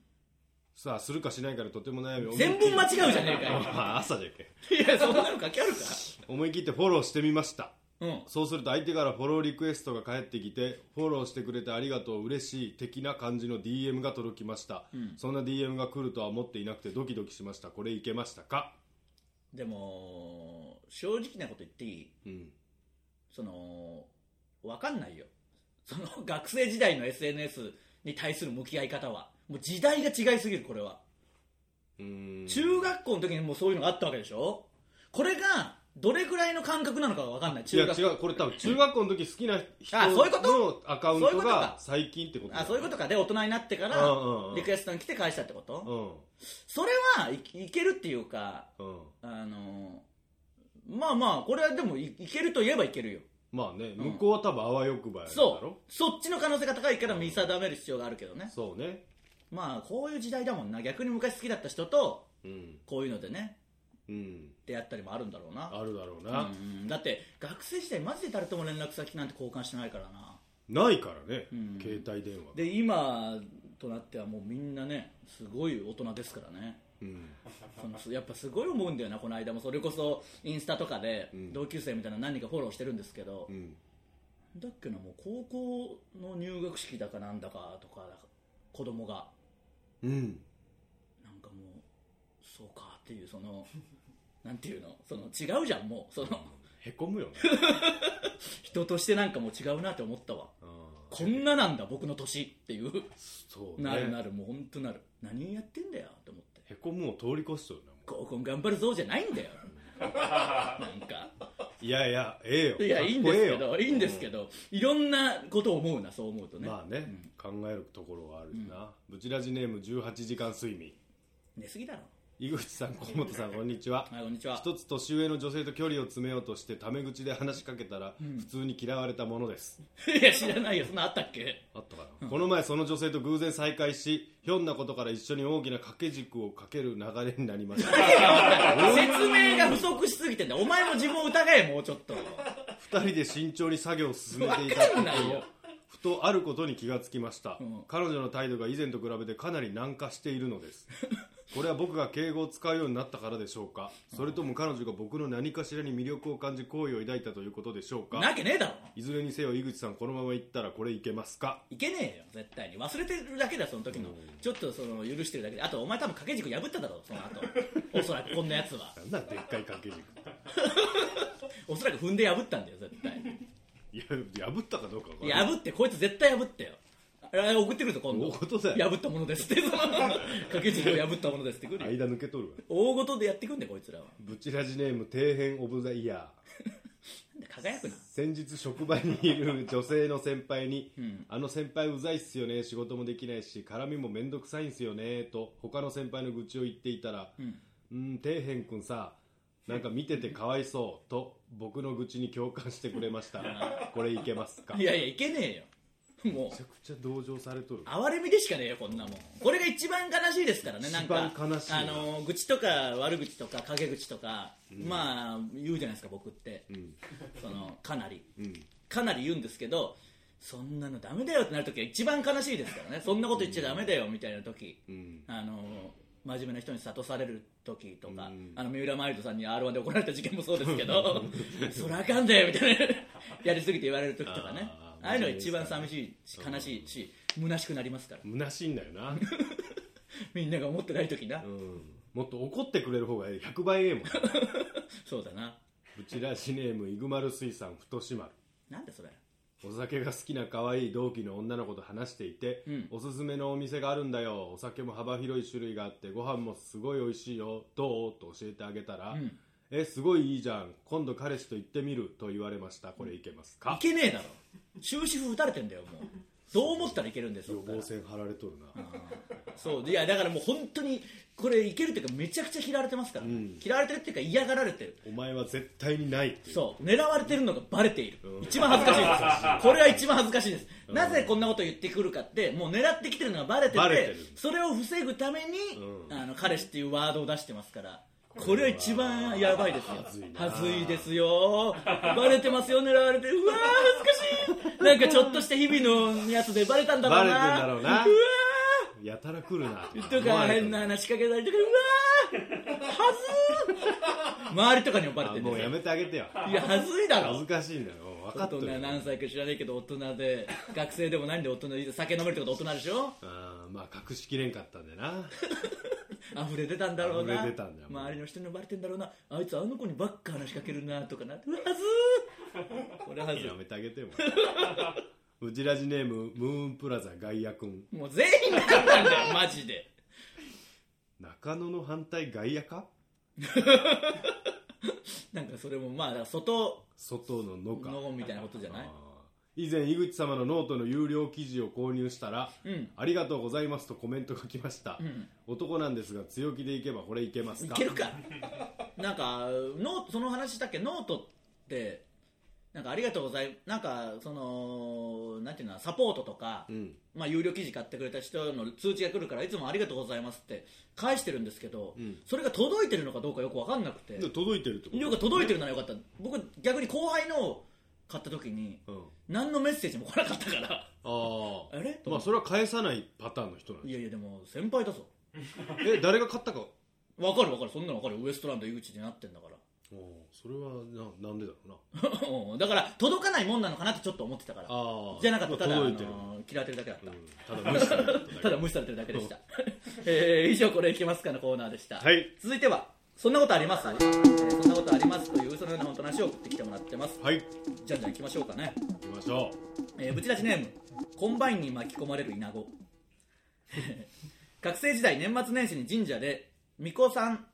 [SPEAKER 3] さあするかしないかでとても悩み
[SPEAKER 2] 全文間違うじゃねえかよ
[SPEAKER 3] あ朝じゃけ
[SPEAKER 2] いやそんなの書きあるか
[SPEAKER 3] 思い切ってフォローしてみました
[SPEAKER 2] うん
[SPEAKER 3] そうすると相手からフォローリクエストが返ってきてフォローしてくれてありがとう嬉しい的な感じの DM が届きました、そんな DM が来るとは思っていなくてドキドキしましたこれいけましたか
[SPEAKER 2] でも正直なこと言っていい
[SPEAKER 3] うん
[SPEAKER 2] その 分かんないよその学生時代の SNS に対する向き合い方はもう時代が違いすぎるこれは
[SPEAKER 3] うーん
[SPEAKER 2] 中学校の時にもうそういうのがあったわけでしょこれがどれぐらいの感覚なのかが分かんない
[SPEAKER 3] い
[SPEAKER 2] 中
[SPEAKER 3] や
[SPEAKER 2] 学
[SPEAKER 3] 違うこれ多分中学校の時好きな人
[SPEAKER 2] あそういうこと
[SPEAKER 3] のアカウン
[SPEAKER 2] そうい
[SPEAKER 3] ト
[SPEAKER 2] うこと
[SPEAKER 3] が
[SPEAKER 2] か
[SPEAKER 3] 最近ってことだ
[SPEAKER 2] あそういうことかで大人になってか
[SPEAKER 3] うんうんう
[SPEAKER 2] ら
[SPEAKER 3] ん
[SPEAKER 2] リクエストに来て返したってこと、
[SPEAKER 3] う
[SPEAKER 2] それはいいけるっていうか
[SPEAKER 3] んうん
[SPEAKER 2] あのまあまあこれはでもいいけるといえばいけるよ
[SPEAKER 3] まあね
[SPEAKER 2] うん
[SPEAKER 3] 向こうは多分あわよくばやるだ
[SPEAKER 2] そう
[SPEAKER 3] ろ
[SPEAKER 2] そっちの可能性が高いから見定める必要があるけどね
[SPEAKER 3] そうね
[SPEAKER 2] まあこういう時代だもんな逆に昔好きだった人と
[SPEAKER 3] うん
[SPEAKER 2] こういうのでね
[SPEAKER 3] うん
[SPEAKER 2] 出会ったりもあるんだろうな
[SPEAKER 3] あるだろう
[SPEAKER 2] うん
[SPEAKER 3] な
[SPEAKER 2] うんだって学生時代マジで誰とも連絡先なんて交換してないからな
[SPEAKER 3] ないからね
[SPEAKER 2] うん
[SPEAKER 3] 携帯電話
[SPEAKER 2] で今となってはもうみんなねすごい大人ですからね
[SPEAKER 3] うん
[SPEAKER 2] そのすやっぱすごい思うんだよなこの間もそれこそインスタとかで
[SPEAKER 3] うん
[SPEAKER 2] 同級生みたいな何人かフォローしてるんですけど、
[SPEAKER 3] うん
[SPEAKER 2] だっけなもう高校の入学式だかなんだかとか子供が
[SPEAKER 3] うん
[SPEAKER 2] なんかもうそうかっていうその なんていうのその違うじゃんもうその
[SPEAKER 3] へ こむよね
[SPEAKER 2] 人としてなんかもう違うなって思ったわ
[SPEAKER 3] うん
[SPEAKER 2] こんななんだ僕の年っていう
[SPEAKER 3] そう
[SPEAKER 2] なるな
[SPEAKER 3] ね
[SPEAKER 2] るもう本当なる何やってんだよと思って
[SPEAKER 3] へこむを通り越しとるなも
[SPEAKER 2] 合コン頑張るぞじゃないんだよなんか
[SPEAKER 3] ういやいやええよ
[SPEAKER 2] いや
[SPEAKER 3] かっこ
[SPEAKER 2] いいんですけ
[SPEAKER 3] ええよ
[SPEAKER 2] どいいんですけど、いろんなことを思うなそう思うとね、
[SPEAKER 3] まあね考えるところはあるよなブチラジネーム18時間睡眠
[SPEAKER 2] 寝すぎだろ
[SPEAKER 3] 井口さん河本さんこんにちは
[SPEAKER 2] はいこんにちは
[SPEAKER 3] 一つ年上の女性と距離を詰めようとしてタメ口で話しかけたら普通に嫌われたものです、
[SPEAKER 2] いや知らないよそんなあったっけ
[SPEAKER 3] あったかな、この前その女性と偶然再会しひょんなことから一緒に大きな掛け軸をかける流れになりました
[SPEAKER 2] 説明が不足しすぎてんだよお前も自分を疑えもうちょっ と
[SPEAKER 3] 二人で慎重に作業を進めていたとこ
[SPEAKER 2] わかんない
[SPEAKER 3] ろ
[SPEAKER 2] よ
[SPEAKER 3] ふとあることに気がつきました、
[SPEAKER 2] ん
[SPEAKER 3] 彼女の態度が以前と比べてかなり軟化しているの ですこれは僕が敬語を使うようになったからでしょうかそれとも彼女が僕の何かしらに魅力を感じ好意を抱いたということでしょうか
[SPEAKER 2] なわけねえだろ
[SPEAKER 3] いずれにせよ井口さんこのまま行ったらこれいけますか
[SPEAKER 2] いけねえよ絶対に忘れてるだけだよその時のちょっとその許してるだけであとお前多分掛け軸破っただろその後 おそらくこんなやつは
[SPEAKER 3] なんだでっかい掛け軸
[SPEAKER 2] おそらく踏んで破ったんだよ絶 対
[SPEAKER 3] いや破ったかどうかわかんない
[SPEAKER 2] 破ってこいつ絶対破ったよあれ送ってくるぞ今度
[SPEAKER 3] 大事だよ
[SPEAKER 2] 破ったものですって その掛け軸を破ったものですってくるよ
[SPEAKER 3] 間抜けとるわ
[SPEAKER 2] 大事でやってくんだよこいつらは
[SPEAKER 3] ブチラジネーム底辺オブザイヤー
[SPEAKER 2] なんだ輝 くな
[SPEAKER 3] 先日職場にいる女性の先輩に、
[SPEAKER 2] ん
[SPEAKER 3] あの先輩うざいっすよね仕事もできないし絡みもめんどくさいんすよねと他の先輩の愚痴を言っていたら「うん、底辺くんさなんか見ててかわいそう」と僕の愚痴に共感してくれましたこれいけますか
[SPEAKER 2] い
[SPEAKER 3] め
[SPEAKER 2] やいやいけねえよもう
[SPEAKER 3] ちゃくちゃ同情されとる
[SPEAKER 2] 哀れみでしかねえよこんなもんこれが一番悲しいですからねなんか
[SPEAKER 3] 一番悲しいな
[SPEAKER 2] あの愚痴とか悪口とか陰口とか、まあ言うじゃないですか僕って、
[SPEAKER 3] ん
[SPEAKER 2] そのかなり
[SPEAKER 3] うん
[SPEAKER 2] かなり言うんですけどそんなのダメだよってなるときが一番悲しいですからねそんなこと言っちゃダメだよみたいな時、
[SPEAKER 3] うん
[SPEAKER 2] あの真面目な人に諭される時とか、
[SPEAKER 3] うん
[SPEAKER 2] あの三浦マイルドさんに r 1で怒られた事件もそうですけ どそりゃあかんだよみたいなやりすぎて言われる時とかね
[SPEAKER 3] あ
[SPEAKER 2] あ
[SPEAKER 3] ー
[SPEAKER 2] あいうのが一番寂しいし悲しいし虚しくなりますから
[SPEAKER 3] 虚しいんだよな、
[SPEAKER 2] みんなが思ってない時な、
[SPEAKER 3] うん、もっと怒ってくれる方が100倍ええもん
[SPEAKER 2] そうだな
[SPEAKER 3] ブチラシネームイグマル水産太し丸
[SPEAKER 2] なんだそれ
[SPEAKER 3] お酒が好きな可愛い同期の女の子と話していて、
[SPEAKER 2] うん
[SPEAKER 3] おすすめのお店があるんだよお酒も幅広い種類があってご飯もすごい美味しいよどうと教えてあげたら、
[SPEAKER 2] ん
[SPEAKER 3] えすごいいいじゃん今度彼氏と行ってみると言われましたこれいけます
[SPEAKER 2] い
[SPEAKER 3] か、
[SPEAKER 2] けねえだろ終止符打たれてんだよ もうどう思ったらいけるんです
[SPEAKER 3] 予防線張られとるな、
[SPEAKER 2] そういやだからもう本当にこれいけるっていうかめちゃくちゃ嫌われてますから、嫌われてるっていうか嫌がられてる
[SPEAKER 3] お前は絶対にないっていう
[SPEAKER 2] そう狙われてるのがバレている、
[SPEAKER 3] うん
[SPEAKER 2] 一番恥ずかしい ですこれは一番恥ずかしいです、なぜこんなこと言ってくるかってもう狙ってきてるのがバレてて
[SPEAKER 3] バレてる
[SPEAKER 2] それを防ぐために、
[SPEAKER 3] うん
[SPEAKER 2] あの彼氏っていうワードを出してますからこれは一番やばいですよ
[SPEAKER 3] ずいな
[SPEAKER 2] ずいですよバレてますよ狙われてるうわー恥ずかしいなんかちょっとした日々のやつでバレたんだろうな
[SPEAKER 3] バレてんだろうな
[SPEAKER 2] うわー
[SPEAKER 3] やたら来るなって
[SPEAKER 2] と
[SPEAKER 3] 思
[SPEAKER 2] か
[SPEAKER 3] われてる
[SPEAKER 2] 変な話しかけたりとかうわー はずー周りとかにもバレて
[SPEAKER 3] あ
[SPEAKER 2] るん
[SPEAKER 3] も
[SPEAKER 2] です
[SPEAKER 3] うや
[SPEAKER 2] よ
[SPEAKER 3] めてあげてよ
[SPEAKER 2] いやはずいだ
[SPEAKER 3] 恥ず
[SPEAKER 2] ろ
[SPEAKER 3] かしいんだよもう分か
[SPEAKER 2] 大
[SPEAKER 3] っと
[SPEAKER 2] 人
[SPEAKER 3] るよ
[SPEAKER 2] 何歳か知らないけど大人で学生でもないんで大人で酒飲めるってこと大人でしょ
[SPEAKER 3] あーまあ隠しきれんかったんだよな
[SPEAKER 2] 溢れ出たんだろうな
[SPEAKER 3] 溢れ出たんだよ
[SPEAKER 2] 周りの人にもバレてんだろうなあいつあの子にばっか話しかけるなとかなうわはずーこれはずい
[SPEAKER 3] やめてあげてもうじらじネームムーンプラザガイア君
[SPEAKER 2] もう全員何なんだよマジで
[SPEAKER 3] 中野の反対外野か
[SPEAKER 2] なんかそれもまあだから外
[SPEAKER 3] 外の野か
[SPEAKER 2] のみたいなことじゃない
[SPEAKER 3] あー以前井口様のノートの有料記事を購入したら、
[SPEAKER 2] うん
[SPEAKER 3] ありがとうございますとコメントが来ました、
[SPEAKER 2] ん
[SPEAKER 3] 男なんですが強気でいけばこれいけます
[SPEAKER 2] い
[SPEAKER 3] か
[SPEAKER 2] けるかなんかノーその話したっけノートってなんかありがとうございなんかそのなんていうのサポートとか、
[SPEAKER 3] うん
[SPEAKER 2] まあ、有料記事買ってくれた人の通知が来るからいつもありがとうございますって返してるんですけど、
[SPEAKER 3] うん
[SPEAKER 2] それが届いてるのかどうかよく分かんなくて
[SPEAKER 3] で届いてるってこと
[SPEAKER 2] よく届いてるならよかった僕逆に後輩のを買った時に
[SPEAKER 3] うん、
[SPEAKER 2] 何のメッセージも来なかったから
[SPEAKER 3] あ
[SPEAKER 2] あれ
[SPEAKER 3] あまあそれは返さないパターンの人なん
[SPEAKER 2] い
[SPEAKER 3] で
[SPEAKER 2] やいやでも先輩だぞ
[SPEAKER 3] え誰が買ったか
[SPEAKER 2] 分かる分かるそんなの分かるよウエストランド井口になってんだから
[SPEAKER 3] おーそれはななんでだろうな
[SPEAKER 2] うんだから届かないもんなのかなってちょっと思ってたから
[SPEAKER 3] あー
[SPEAKER 2] じゃなかったただ、
[SPEAKER 3] 届いてる
[SPEAKER 2] あのー嫌われてるだけだった、
[SPEAKER 3] うん、ただ無視されることだ け
[SPEAKER 2] ただ無視されてるだけでしたえー以上これいきますかのコーナーでした、
[SPEAKER 3] はい
[SPEAKER 2] 続いてはそんなことあります、えーそんなことありますという嘘のような本当の話を送ってきてもらってます
[SPEAKER 3] はい行
[SPEAKER 2] じゃんじゃんいきましょうかね、
[SPEAKER 3] きましょ
[SPEAKER 2] えーぶち出しネームコンバインに巻き込まれるイナゴ 学生時代年末年始に神社で巫女さん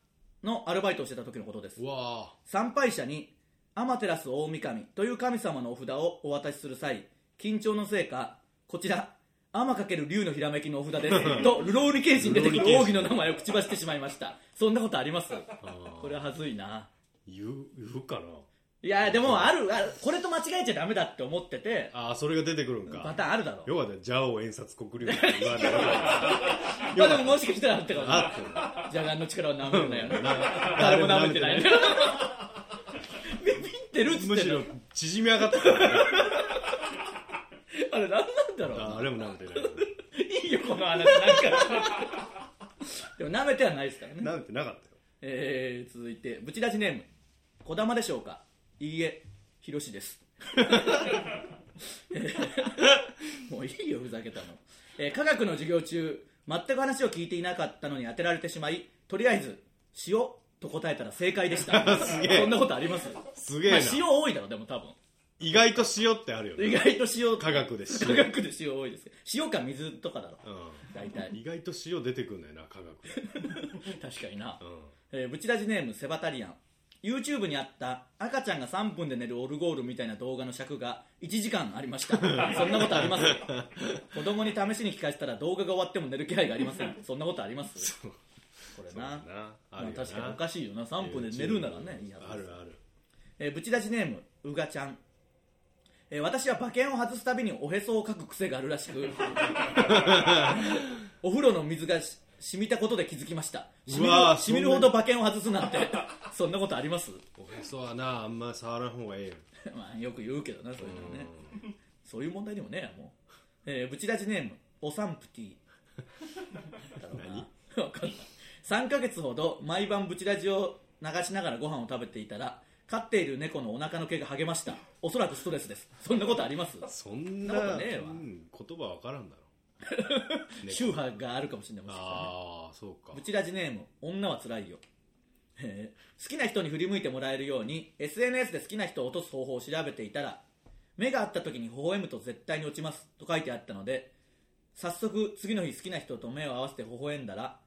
[SPEAKER 2] のアルバイトをしてた時のことです
[SPEAKER 3] ううわ
[SPEAKER 2] 参拝者に天照大神という神様のお札をお渡しする際緊張のせいかこちら天×竜のひらめきのお札です とルローニケージに出てくる
[SPEAKER 3] ルロー
[SPEAKER 2] 奥
[SPEAKER 3] ニケ
[SPEAKER 2] 義の名前を口走ってしまいましたそんなことあります
[SPEAKER 3] ー
[SPEAKER 2] これははずいな
[SPEAKER 3] ー言う言うかない
[SPEAKER 2] やでもあるあるこれと間違えちゃダメだって思ってて
[SPEAKER 3] ああそれが出てくるんか
[SPEAKER 2] パターンあるだろう
[SPEAKER 3] よかったよジャオ演札国流って言わない
[SPEAKER 2] まあでももしかしたらあったかも
[SPEAKER 3] あ
[SPEAKER 2] ジャガンの力を舐め るなよな
[SPEAKER 3] な
[SPEAKER 2] 誰も舐めてないビ
[SPEAKER 3] 誰
[SPEAKER 2] ビってるっつってんの
[SPEAKER 3] むしろ縮み上がってたからね
[SPEAKER 2] あれ何なんだろう
[SPEAKER 3] あーあれも舐めてな い
[SPEAKER 2] いいよこの話なんか でも舐めてはないですからね、
[SPEAKER 3] 舐めてなかったよ
[SPEAKER 2] えー、続いてブチラジネームこだまでしょうかいいえひろしです、 えーもういいよふざけたの、えー科学の授業中全く話を聞いていなかったのに当てられてしまいとりあえず塩と答えたら正解でした
[SPEAKER 3] すげえ
[SPEAKER 2] そんなことあります
[SPEAKER 3] すげえな
[SPEAKER 2] まあ、塩多いだろでも多分
[SPEAKER 3] 意外と塩ってあるよ
[SPEAKER 2] 意
[SPEAKER 3] ね
[SPEAKER 2] 外と塩
[SPEAKER 3] 科学で
[SPEAKER 2] 科
[SPEAKER 3] 塩、
[SPEAKER 2] 学で塩多いですけど塩か水とかだろ
[SPEAKER 3] う
[SPEAKER 2] 大体
[SPEAKER 3] ん、意外と塩出てくんだよな科学で
[SPEAKER 2] 確かにな、
[SPEAKER 3] うん
[SPEAKER 2] えーブチラジネームセバタリアン YouTube にあった赤ちゃんが3分で寝るオルゴールみたいな動画の尺が1時間ありました そんなことあります子供に試しに聞かせたら動画が終わっても寝る気配がありませんそんなことありますこれ
[SPEAKER 3] そうだ
[SPEAKER 2] な
[SPEAKER 3] なあ
[SPEAKER 2] まあ
[SPEAKER 3] るよな
[SPEAKER 2] 確かにおかしいよな3分で寝るならねいいはずです
[SPEAKER 3] あるある
[SPEAKER 2] えーブチラジネームうがちゃん、えー私は馬券を外すたびにおへそをかく癖があるらし くお風呂の水がし染みたことで気づきました染み
[SPEAKER 3] う
[SPEAKER 2] る
[SPEAKER 3] わー
[SPEAKER 2] 染みるほど馬券を外すなんてそんなことあります
[SPEAKER 3] おへそはなあんま触らん方がええよ
[SPEAKER 2] まあよく言うけどなそういうのはねそういう問題でもねえやもう、えーブチラジネームおサンプティだろうな 分かんない3ヶ月ほど毎晩ブチラジを流しながらご飯を食べていたら飼っている猫のお腹の毛が剥げましたおそらくストレスですそんなことあります
[SPEAKER 3] そんな
[SPEAKER 2] そんなことねえわ
[SPEAKER 3] うん言葉わからんだろ猫
[SPEAKER 2] 宗派があるかもしれないもしかしたらね
[SPEAKER 3] ああそうか
[SPEAKER 2] ブチラジネーム女はつらいよ、えー好きな人に振り向いてもらえるように SNS で好きな人を落とす方法を調べていたら目が合った時に微笑むと絶対に落ちますと書いてあったので早速次の日好きな人と目を合わせて微笑んだら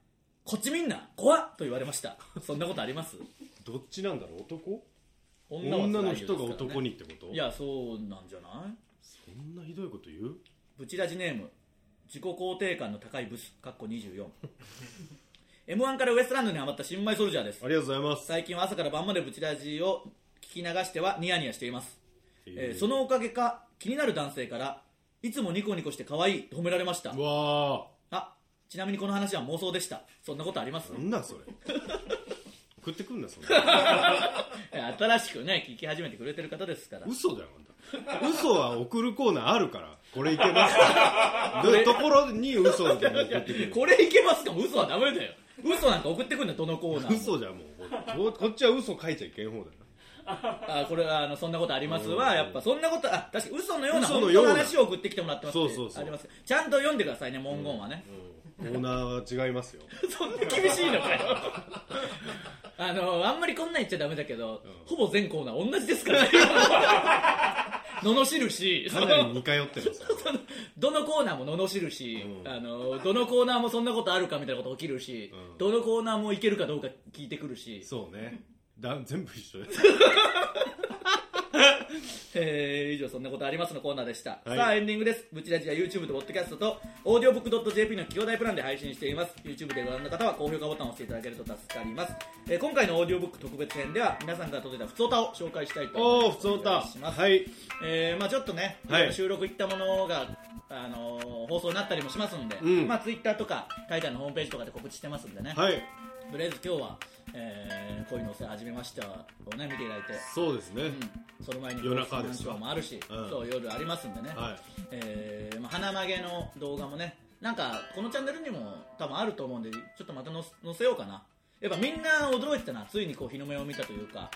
[SPEAKER 2] こっちみんな怖っと言われましたそんなことあります
[SPEAKER 3] どっちなんだろう男
[SPEAKER 2] 女は辛い
[SPEAKER 3] 女
[SPEAKER 2] よ
[SPEAKER 3] の
[SPEAKER 2] ですか
[SPEAKER 3] 人
[SPEAKER 2] らね
[SPEAKER 3] が男にってこと
[SPEAKER 2] いやそうなんじゃない
[SPEAKER 3] そんなひどいこと言う
[SPEAKER 2] ブチラジネーム自己肯定感の高いブスかっこ24 m 1からウエストランドにハマった新米ソルジャーです
[SPEAKER 3] ありがとうございます
[SPEAKER 2] 最近は朝から晩までブチラジを聞き流してはニヤニヤしています、えーそ
[SPEAKER 3] の
[SPEAKER 2] のおかげか気になる男性からいつもニコニコして可愛いと褒められました
[SPEAKER 3] うわ
[SPEAKER 2] あちなみにこの話は妄想でしたそんなことあります
[SPEAKER 3] ーなんだそ れ食ってくんだそんな
[SPEAKER 2] えー新しくね聞き始めてくれてる方ですから
[SPEAKER 3] 嘘だよあんた嘘は送るコーナーあるからこれい けますかどういうところに嘘を送ってくる
[SPEAKER 2] これいけますかもう嘘はダメだよ嘘なんか送ってくんだよどのコーナーも
[SPEAKER 3] 嘘じゃもうここっちは嘘書いちゃいけん方だよ
[SPEAKER 2] あこれはあのそんなことありますはやっぱそんなことあ確かに嘘のような
[SPEAKER 3] 嘘
[SPEAKER 2] 本
[SPEAKER 3] の
[SPEAKER 2] 当
[SPEAKER 3] よう
[SPEAKER 2] の
[SPEAKER 3] な
[SPEAKER 2] 話を送ってきてもらってますって
[SPEAKER 3] そうそうそう
[SPEAKER 2] ありますちゃんと読んでくださいね文言はね、
[SPEAKER 3] コーナーは違いま すよ
[SPEAKER 2] そんな厳しいのかよ あのあんまりこんなん言っちゃダメだけど、ほぼ全コーナー同じですからね罵るし、
[SPEAKER 3] かなり似通ってます
[SPEAKER 2] どのコーナーも罵るし、
[SPEAKER 3] うん
[SPEAKER 2] あのどのコーナーもそんなことあるかみたいなこと起きるし、
[SPEAKER 3] うん
[SPEAKER 2] どのコーナーもいけるかどうか聞いてくるし、
[SPEAKER 3] そうねだ全部一緒 です
[SPEAKER 2] えー以上「そんなことあります」のコーナーでした、
[SPEAKER 3] はい
[SPEAKER 2] さあエンディングですブチラジは YouTube と Podcast と audiobook.jp の企業大プランで配信しています YouTube でご覧の方は高評価ボタンを押していただけると助かります、えー今回のオーディオブック特別編では皆さんから届いた普通歌を紹介したいと思い
[SPEAKER 3] おお
[SPEAKER 2] ます
[SPEAKER 3] 普通歌
[SPEAKER 2] お願いします
[SPEAKER 3] はい
[SPEAKER 2] えーまあ、ちょっとね、
[SPEAKER 3] はい
[SPEAKER 2] 収録行ったものが、あのー放送になったりもしますんで、
[SPEAKER 3] うん
[SPEAKER 2] まあ、Twitter とか大会のホームページとかで告知してますんでね、
[SPEAKER 3] はい
[SPEAKER 2] とりあえず今日は「えー恋のせ始めましては」をね見ていただいて、
[SPEAKER 3] そうですね、
[SPEAKER 2] うん、その前に
[SPEAKER 3] 夜中です
[SPEAKER 2] シ
[SPEAKER 3] か
[SPEAKER 2] ョーもあるし、
[SPEAKER 3] うん
[SPEAKER 2] そう夜ありますんでね、
[SPEAKER 3] はい
[SPEAKER 2] えーまあ、花曲げの動画もねなんかこのチャンネルにも多分あると思うんでちょっとまた載せ載せようかなやっぱみんな驚いてたなついにこう日の目を見たというか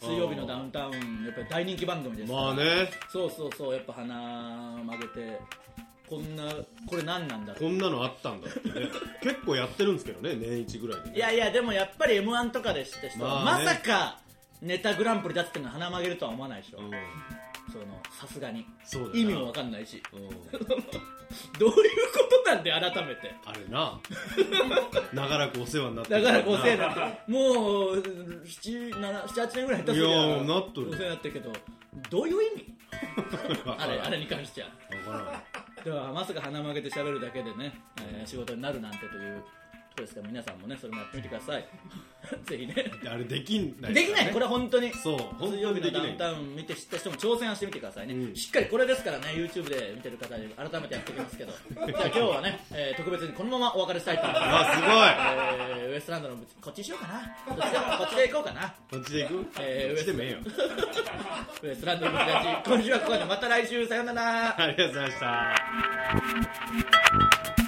[SPEAKER 2] 水曜日のダウンタウンやっぱり大人気番組ですから
[SPEAKER 3] まあね
[SPEAKER 2] そうそうそうやっぱ花曲げてこんなこれ何なんだろう
[SPEAKER 3] こんなのあったんだってね結構やってるんですけどね年一ぐらいで、ね、
[SPEAKER 2] いやいやでもやっぱり m 1とかで知った人は、
[SPEAKER 3] まあね
[SPEAKER 2] まさかネタグランプリだっつってんの花曲げるとは思わないでしょ、
[SPEAKER 3] うん
[SPEAKER 2] そのさすがに
[SPEAKER 3] そうだな
[SPEAKER 2] 意味も分かんないし
[SPEAKER 3] うん
[SPEAKER 2] どういうことなんで改めて
[SPEAKER 3] あれな長らくお世話になって
[SPEAKER 2] だ
[SPEAKER 3] る
[SPEAKER 2] から5000円だもう78年ぐらい経
[SPEAKER 3] いやーなっとる
[SPEAKER 2] 5000円になってるけどどういう意 味あれあれ
[SPEAKER 3] わ
[SPEAKER 2] に関しては
[SPEAKER 3] からない
[SPEAKER 2] ではまさか鼻曲げて喋るだけでね、えー仕事になるなんてということですから皆さんもねそれもやってみてください ぜひね
[SPEAKER 3] あれできないからね、
[SPEAKER 2] できないこれは本当に
[SPEAKER 3] そう本
[SPEAKER 2] 水
[SPEAKER 3] 当
[SPEAKER 2] 曜
[SPEAKER 3] に
[SPEAKER 2] 日
[SPEAKER 3] で
[SPEAKER 2] のダ
[SPEAKER 3] きな
[SPEAKER 2] ウン
[SPEAKER 3] い
[SPEAKER 2] タウン見て知った人も挑戦はしてみてくださいね、
[SPEAKER 3] うん
[SPEAKER 2] しっかりこれですからね YouTube で見てる方に改めてやっていきますけどじゃあ今日はね、えー特別にこのままお別れしたいと思います
[SPEAKER 3] あ
[SPEAKER 2] えーウエストランドのこっちにしようかなこっちでこっちで行こうかな
[SPEAKER 3] すごいこっちでいく、
[SPEAKER 2] えー
[SPEAKER 3] こっちでもええよ
[SPEAKER 2] ウエストランドのブチラジ今週はここまでまた来週さようなら
[SPEAKER 3] ありがとうございました